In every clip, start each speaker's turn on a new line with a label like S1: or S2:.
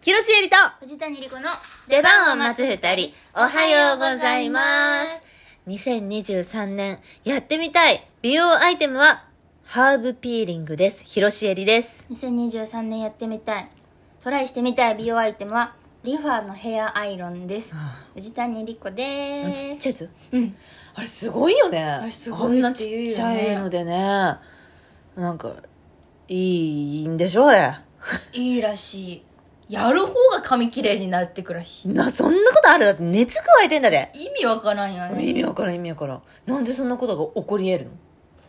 S1: キロシエリと
S2: 藤谷莉子の
S1: 出番を待つ二人、おはようございます。2023年、やってみたい美容アイテムは、ハーブピーリングです。ヒロシエリです。
S2: 2023年やってみたいトライしてみたい美容アイテムはリファのヘアアイロンです
S1: あ
S2: 藤谷莉子で
S1: ちっ
S2: す
S1: ちゃいやつ
S2: うん
S1: あれすごいよね。あ
S2: れすごい
S1: んな
S2: って言うよ
S1: ち
S2: ね
S1: っちゃいのでね。なんか、いいんでしょあれ。
S2: いいらしいやる方が髪きれいになってくらしい
S1: な、そんなことあるだって熱加えてんだで。
S2: 意味わからんよ
S1: 意味わからん意味わからん。なんでそんなことが起こり得るの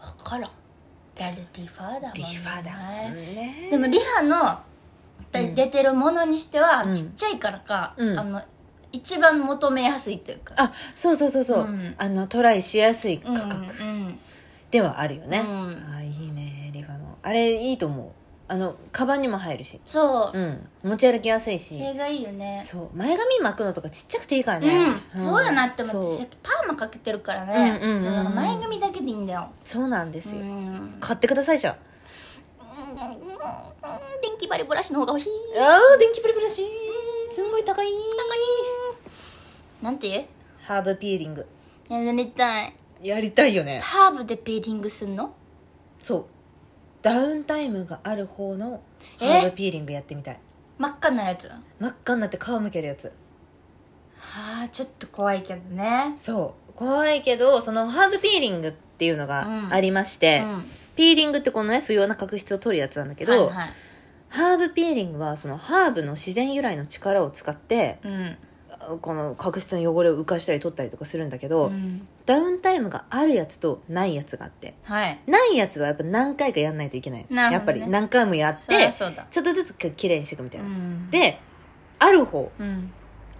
S2: わからんだってリファだもんね
S1: リファだもんね。
S2: でもリファの出てるものにしては
S1: うん
S2: ちっちゃいからか、
S1: うん
S2: あの一番求めやすいというか
S1: あ、そうそうそうそう。
S2: うん
S1: あの、トライしやすい価
S2: うん
S1: 格
S2: うん
S1: ではあるよね。
S2: うん
S1: あ、いいね、リファの。あれ、いいと思う。あの、カバンにも入るし。
S2: そうう、
S1: ん。持ち歩きやすいし
S2: そ。れがいいよね
S1: そう。前髪巻くのとかちっちゃくていいからね。
S2: うん、そうやなって思って
S1: そ
S2: さ
S1: う
S2: っきパーマかけてるからね、
S1: うんうんうんうん
S2: そうだから前髪だけでいいんだよ、
S1: そうなんで
S2: う
S1: す
S2: ん
S1: よ。
S2: うんうん
S1: 買ってくださいじゃん。
S2: 電気バリブラシの方が欲しい
S1: あー、電気プリプラシすんごい高い。
S2: なんて言う
S1: ハーブピーリング。
S2: やりたい
S1: やりたいよね。
S2: ハーブでピーリングすんの
S1: そうダウンタイムがある方のハ
S2: え
S1: ーブピーリングやってみたい
S2: 真っ赤になるやつは
S1: 真っ赤になって皮むけるやつ
S2: あちょっと怖いけどね
S1: そう怖いけどそのハーブピーリングっていうの
S2: う
S1: が
S2: ん
S1: ありまして、
S2: うん
S1: ピーリングってこのね不要な角質を取るやつなんだけど、
S2: はいはい
S1: ハーブピーリングはそのハーブの自然由来の力を使って
S2: うん
S1: あこの角質の汚れを浮かしたり取ったりとかするんだけど、
S2: うん
S1: ダウンタイムがあるやつとないやつがあって
S2: はい
S1: ないやつはやっぱ何回かやんないといけない、
S2: なる
S1: やっ
S2: ほ
S1: ぱ
S2: どね
S1: り何回もやっ
S2: そり
S1: て
S2: ゃそうだ
S1: ちょっとずつ綺麗にしていくみたいうな、
S2: ん
S1: である方
S2: うん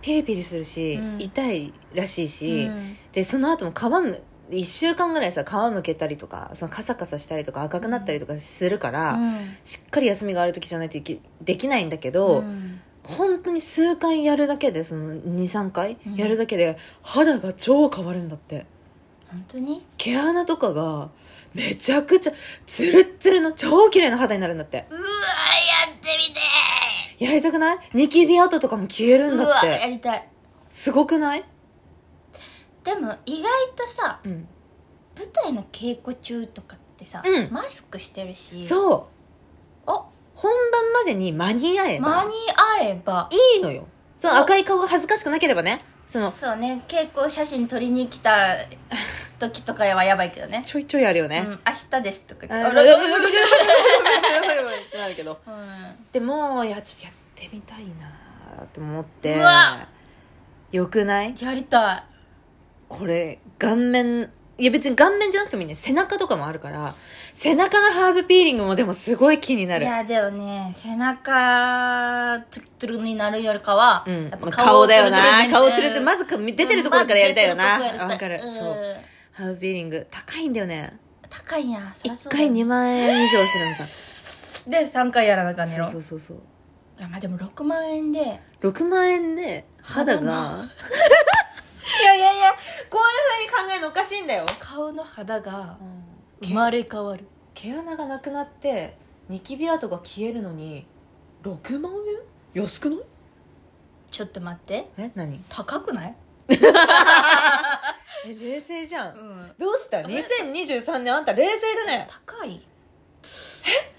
S1: ピリピリするし、
S2: うん
S1: 痛いらしいし、
S2: うん
S1: でその後も皮む1週間ぐらいさ皮むけたりとかそのカサカサしたりとか赤くなったりとかするから、
S2: うん
S1: しっかり休みがある時じゃないといけできないんだけど、
S2: うん
S1: 本当に数回やるだけでその23回
S2: うん
S1: やるだけで肌が超変わるんだって
S2: 本当に
S1: 毛穴とかがめちゃくちゃツルッツルの超綺麗な肌になるんだって
S2: うわやってみて
S1: やりたくないニキビ跡とかも消えるん
S2: う
S1: だ
S2: わ
S1: っ
S2: や
S1: て
S2: りたい
S1: すごくない、
S2: でも意外とさ
S1: うん、
S2: 舞台の稽古中とかってさ、
S1: うん
S2: マスクしてるし
S1: そう
S2: お
S1: 本番までに間に合えば
S2: 間に合えば
S1: いいのよその赤い顔が恥ずかしくなければねその
S2: そうね稽古写真撮りに来た時とかはやばいけどね
S1: ちょいちょいあるよ
S2: うん、
S1: ね、
S2: 明日ですとか
S1: あや
S2: 言ってあ
S1: ば いやば
S2: ら
S1: いやばいってなるけどでもいやちょっとやってみたいなと思って
S2: うわ
S1: よくない
S2: うんやりた
S1: これ顔面いや別に顔面じゃなくてもいいね背中とかもあるから背中のハーブピーリングもでもすごい気にない
S2: い
S1: る
S2: やでもね背中トゥルトゥルになるよりかは、
S1: うん、
S2: やっ
S1: ま
S2: ぱ
S1: あ顔だよ
S2: トゥルトゥル
S1: な
S2: に
S1: 顔つれてま
S2: うん
S1: ず出てるところからやりたいよな
S2: うんまず出てるとこ
S1: わか
S2: や
S1: る
S2: りたい
S1: そう
S2: うん
S1: ハーブピーリング高いんだよね
S2: 高いんやそりゃ
S1: 1
S2: そうだ
S1: 回2万円以上するのさ
S2: で3回やらなあかんねやろ
S1: そうそうそう
S2: いやまあでも6万円で
S1: そう6万円で肌が い
S2: 肌
S1: やいやいやこういうふうに考えるのおかしいんだよ、
S2: 顔の肌が
S1: 毛
S2: 生まれ変わる
S1: 毛穴がなくなってニキビ跡が消えるのに6万円安くない
S2: ちょっと待って
S1: え何
S2: 高くない
S1: え冷静じゃん、
S2: ん
S1: どうした2023年あんた冷静だね
S2: 高い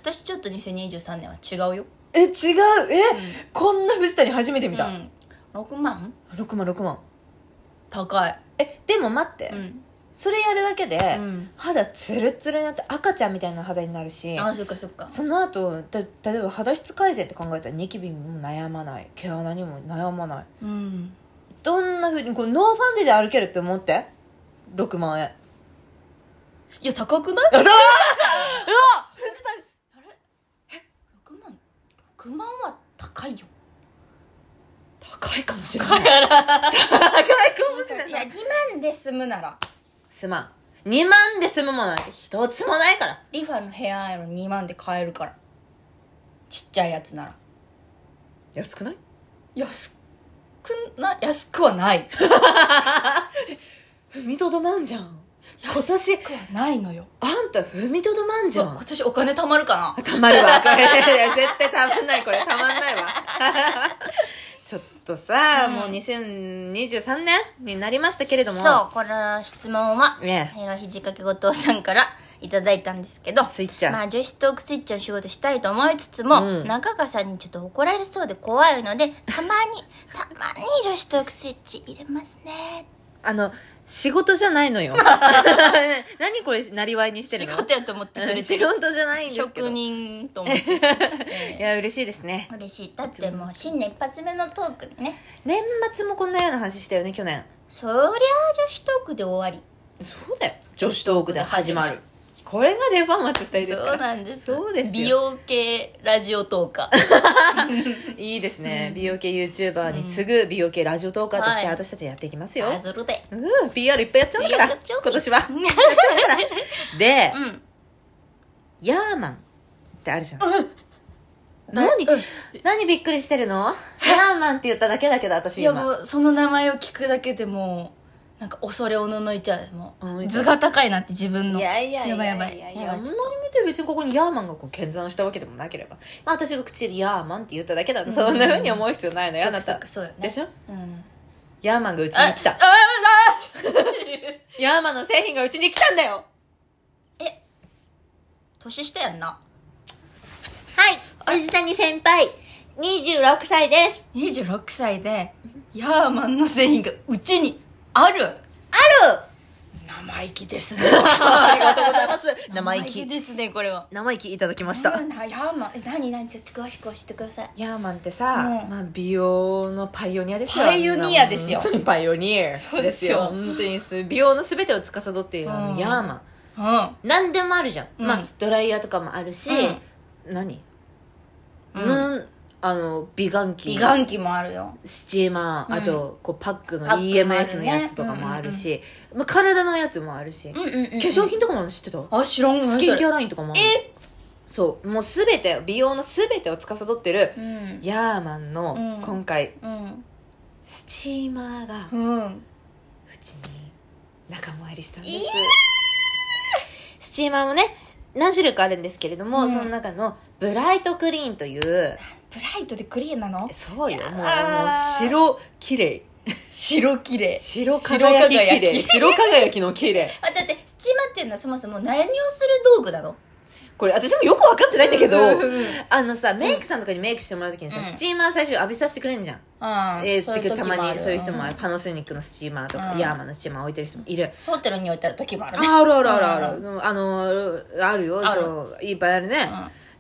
S2: 私ちょっと2023年は違うよ
S1: え違うえ、こんな藤谷初めて見た、
S2: うん6万
S1: 6万6万
S2: 高い
S1: えでも待って、
S2: うん、
S1: それやるだけで、
S2: うん、
S1: 肌ツルツルになって赤ちゃんみたいな肌になるし
S2: あそっかそっか
S1: その後た例えば肌質改善って考えたらニキビにも悩まない毛穴にも悩まない
S2: うん
S1: どんなふうにこうノーファンデで歩けるって思って6万円
S2: いや高く ない
S1: やだ
S2: あれえ6万6万は高いよ
S1: 高いかもしれない高いかもしれない
S2: いや2万で済むなら
S1: すまん2万で済むものなんて一つもないから
S2: リファのヘアアイロン2万で買えるからちっちゃいやつなら
S1: 安くない
S2: 安くな安くはない
S1: 踏みとどまんじゃん今年
S2: 安くはないのよ
S1: あんた踏みとどまんじゃ
S2: うわ
S1: ん
S2: 今年お金貯まるかな
S1: たまるわこれいや絶対たまんないこれたまんないわとさ、
S2: うん
S1: もう2023年になりましたけれども
S2: そうこの質問は、
S1: ね
S2: えらひじかけ後藤さんからいただいたんですけど
S1: スイッチャー
S2: まあ、女子トークスイッチャーの仕事したいと思いつつも、
S1: うん
S2: 中川さんにちょっと怒られそうで怖いのでたま にたまに女子トークスイッチ入れますね
S1: あの仕事じゃないのよ何これなりわいにしてる
S2: 仕
S1: の
S2: 事やと思ってく
S1: う
S2: れ
S1: ん
S2: て
S1: 仕
S2: る
S1: 事じゃないんですけど
S2: 職人と 思って、
S1: い
S2: え
S1: や嬉しいですね
S2: ー嬉しいだってもう新年一発目のトークでね
S1: 年末もこんなような話したよね去年
S2: そりゃあ女子トークで終わ
S1: そうだよ女子トークで始まるこれが出番待ち2人で
S2: り
S1: すから
S2: そうなんです
S1: そうですよ
S2: 美容系ラジオトーカー
S1: いいですね、美容系 YouTuber に次ぐ美容系ラジオトーカーとして
S2: はい
S1: 私たちやっていきますよ、
S2: あそれで
S1: うん PR いっぱいやっちゃうから
S2: PR やっちゃおう
S1: 今年はやっちゃうからで、
S2: うん
S1: ヤーマンってあるじゃん、何、何びっくりしてるのヤーマンって言っただけだけど私
S2: いや
S1: 今
S2: もうその名前を聞くだけでもうなんか恐れおののいちゃうも
S1: 思いうつい
S2: 図が高いなって自分の
S1: いやいやいや
S2: ばいやば
S1: い
S2: い
S1: やい
S2: や
S1: や
S2: ばい
S1: そ
S2: ち
S1: ん
S2: ょ
S1: なに見て別にここにヤーマンがこう検算したわけでもなければ、まあ、私が口でヤーマンって言っただけだとそんなふうに思う必要ないのよ、
S2: そ
S1: あ
S2: っ
S1: な
S2: かそったかそうよね
S1: でしょ
S2: っとうん
S1: ヤーマンがうちに来た
S2: ああ
S1: ヤーマンの製品がうちに来たんだよ
S2: え年下やんな
S1: はい藤谷先輩26歳です
S2: 26歳でヤーマンの製品がうちにある
S1: ある
S2: 生意気ですね
S1: ありがとうござい ます生意気
S2: ですねこれは
S1: 生意気いただきまし
S2: ヤ
S1: た
S2: ーマンえ何何ちょっと詳しく教えてください
S1: ヤーマンってさ、
S2: うん
S1: まあ、美容のパイオニアですよ
S2: パイオニアですよ
S1: 本当にパイオニアです
S2: そうですよ
S1: 本当にす美容の全てを司っているあの
S2: うん
S1: ヤーマン
S2: うんあ
S1: 何でもあるじゃん、
S2: うん
S1: まあドライヤーとかもあるし、何、
S2: うん
S1: なんあの美顔器
S2: 美顔器もあるよ
S1: スチーマー、
S2: うん
S1: あとこうパックの
S2: パックもある
S1: EMS の
S2: ね
S1: やつとかもあるし、まあ、体のやつもあるし、
S2: うん
S1: 化
S2: うんうん
S1: 粧品とかも知ってた、
S2: あ知らん
S1: スキンケ
S2: ア
S1: アラインとかもあるそうもう全て美容の全てを司ってる
S2: うん
S1: ヤーマンの
S2: うん
S1: 今回、
S2: うん
S1: スチーマーが
S2: うん
S1: うちに仲間入りしたんで
S2: い
S1: す
S2: や
S1: スチーマーもね何種類かあるんですけれども、
S2: うん
S1: その中のブライトクリーンという
S2: ブライトでクリーンなの
S1: そうよもうもう
S2: あー
S1: 白綺麗
S2: 白綺麗
S1: 白輝き綺麗
S2: 白輝き
S1: 白輝きの綺麗
S2: あだってスチーマっていうのはそもそも悩みをする道具なの
S1: これ私もよく分かってないんだけど
S2: うんうんうん
S1: あのさメイクさんとかにメイクしてもらう時にさ、
S2: うん
S1: スチーマー最初浴びさせてくれんじゃん、
S2: あ
S1: えーってたまにそういう人もある、
S2: ん
S1: パナソニックのスチーマーとか、
S2: うん
S1: ヤーマンのスチーマー置いてる人もいる、
S2: ホテルに置いてある時もあるね
S1: ああるあるあるある、
S2: う
S1: あのあるよ
S2: ある
S1: そういっぱいあるね、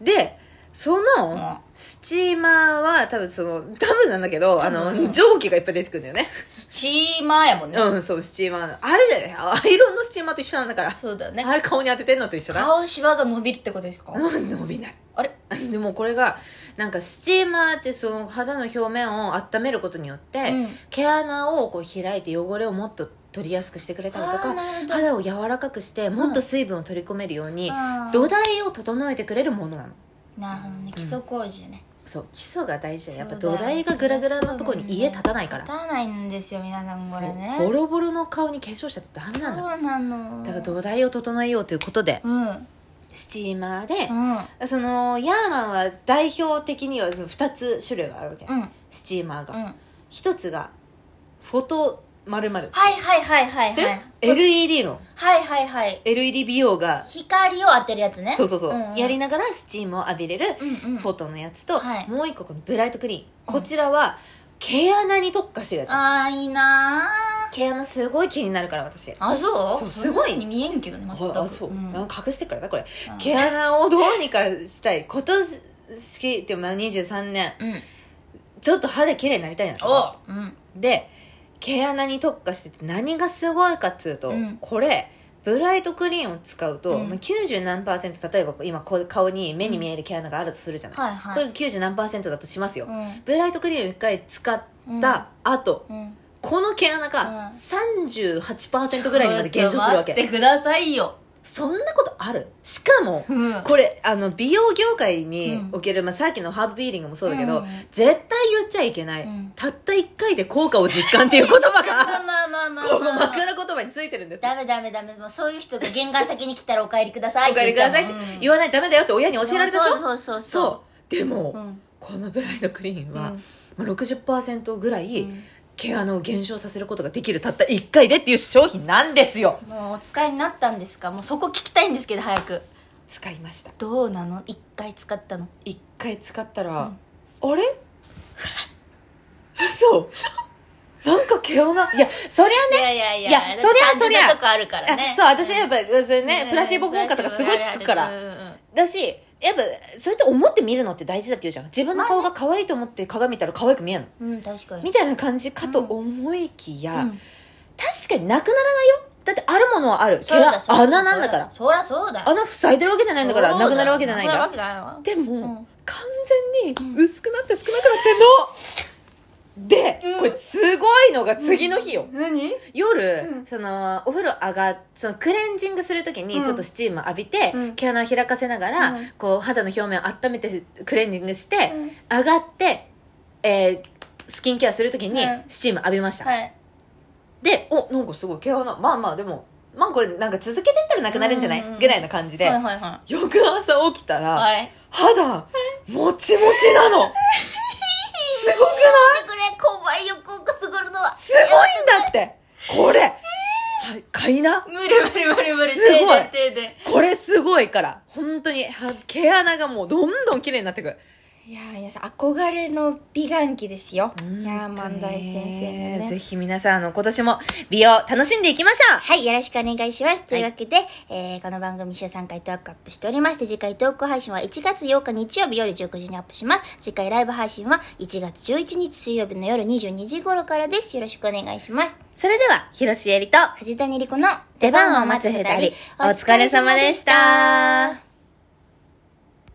S1: でそ
S2: うん
S1: のスチーマーは多分その多分なんだけどあの蒸気がいっぱい出てくるんだよね
S2: スチーマーやもんね、
S1: うんそうスチーマーのあれだよアイロンのスチーマーと一緒なんだから
S2: そうだね
S1: あれ顔に当ててんのと一緒だ
S2: 顔シワが伸びるってことですか、
S1: うん伸びない
S2: あれ
S1: でもこれがなんかスチーマーってその肌の表面を温めることによって、
S2: うん
S1: 毛穴をこう開いて汚れをもっと取りやすくしてくれたりと
S2: あー
S1: か
S2: なるほど
S1: 肌を柔らかくしてもっと水分を取り込めるように、
S2: あー
S1: 土台を整えてくれるものなの
S2: なるほどね基礎工事ね、
S1: そう基礎が大事だよやっぱ
S2: そう
S1: 土
S2: だ
S1: 台がグラグラのところに家立たないから、
S2: 立たないんですよ皆さんこれね
S1: そうボロボロの顔に化粧しちゃってダメ
S2: そ
S1: な
S2: うん
S1: だ
S2: なの
S1: だから土台を整えようということで、
S2: うんうん
S1: スチーマーで、そのヤーマンは代表的にはその2つ種類があるわけ、
S2: うんうん
S1: スチーマーが、
S2: はい
S1: 一つがフォト〇〇
S2: はいはいはいはい
S1: 知ってる ?LED の
S2: はいはいはい
S1: LED 美容が
S2: 光を当てるやつね
S1: そうそうそう、
S2: んん
S1: やりながらスチームを浴びれる
S2: うんうん
S1: フォトのやつと、
S2: はい
S1: もう一個このブライトクリーンこちらは毛穴に特化してるやつ
S2: ああいいなー
S1: 毛穴すごい気になるから私
S2: あそう
S1: そうすごい
S2: そんな風に見えんけどね全く
S1: ああそう、
S2: ん
S1: なんか隠してるからだこれ
S2: ん
S1: 毛穴をどうにかしたい今年ってまあ23年
S2: うん
S1: ちょっと肌綺麗になりたいな
S2: おうん
S1: で毛穴に特化してて何がすごいかっつうと、
S2: うん
S1: これブライトクリーンを使うと、
S2: うん
S1: まあ、90何パーセント例えば今こう顔に目に見える毛穴があるとするじゃない、
S2: はいはい
S1: これ90何パーセントだとしますよ、
S2: うん
S1: ブライトクリーンを1回使った後、
S2: うん
S1: この毛穴が
S2: うん
S1: 38%ぐらいにまで減少するわけ
S2: ちょっと待ってくださいよ
S1: そんなことあるしかも、
S2: うん
S1: これあの美容業界に
S2: うん
S1: おける、まあ、さっきのハーブピーリングもそうだけど、
S2: うん
S1: 絶対言っちゃいけない、
S2: うん
S1: たった1回で効果を実感っていう言葉 が
S2: まあまあまあまあ
S1: こう
S2: まあ
S1: 枕言葉についてるんです
S2: ダメダメダメもうそういう人が玄関先に来たらお帰りください
S1: お帰りくださいって言わないとダメだよって親に教えられたでしょ
S2: そうそうそう
S1: そうでも、
S2: ん
S1: ここのブライドクリーンは、
S2: うん
S1: まあ、60%ぐらい
S2: うん
S1: 毛穴を減少させることができるたった1回でっていう商品なんですよ
S2: もうお使いになったんですかもうそこ聞きたいんですけど早く
S1: 使いました
S2: どうなの一回使ったの
S1: 1回使ったら、あれ嘘なんか毛穴いやそりゃ
S2: いやいやいや
S1: いやそりゃ
S2: 感じ
S1: そり
S2: た
S1: ゃ
S2: とこあるからね
S1: あそう私やっぱそれね
S2: ね
S1: プラシーボ効果とかすごい効くから
S2: プラシーボ効果あるあるうんうん
S1: だしやっぱそうやって思って見るのって大事だって言うじゃん自分の顔が可愛いと思って鏡見たら可愛く見えるの
S2: うん確かに
S1: みたいな感じかと思いきや、
S2: うん
S1: 確かになくならないよだってあるものはある毛
S2: そうだ
S1: が
S2: そうだ
S1: 穴なんだから
S2: そらそうだ
S1: 穴塞いでるわけじゃないんだからなくなるわけじゃないん
S2: な
S1: だ
S2: くなるわけ
S1: でも、
S2: ん
S1: 完全に薄くなって少なくなってんの、で、
S2: うん
S1: これすごいのが次の日よ、
S2: じゃないわ何
S1: 夜、
S2: うん
S1: そのお風呂上がそのクレンジングするとき
S2: うん
S1: にちょっとスチーム浴びて、
S2: うん
S1: 毛穴を開かせながら、
S2: うん
S1: こう肌の表面を温めてクレンジングして、
S2: うん
S1: 上がって、えースキンケアするときに
S2: うん
S1: スチーム浴びました、
S2: はい
S1: でおなんかすごい毛穴まあまあでもまあこれなんか続けてったらなくなるんじゃない、
S2: うんうんうん
S1: ぐらいな感じで、
S2: はいはいは
S1: 翌朝起きたら、
S2: いあれ
S1: 肌もちもちなのすごくない
S2: くれ購買欲をくすぐるのは
S1: すごいんだってこれはい買いな
S2: 無理無理無理無理
S1: すごい
S2: 停電停電
S1: これすごいから本当には毛穴がもうどんどん綺麗になってくる
S2: いやー皆さん憧れの美顔器ですよいやー
S1: 本当ね
S2: 万代先生のね
S1: ぜひ皆さんあの今年も美容楽しんでいきましょう
S2: はい、よろしくお願いします。というわけで、えーこの番組週3回トークアップしておりまして、次回トーク配信は1月8日日曜日夜19時にアップします。次回ライブ配信は1月11日水曜日の夜22時頃からです。よろしくお願いします。
S1: それでは広瀬えりと
S2: 藤谷莉子の
S1: 出番を待つ二人お疲れ様でした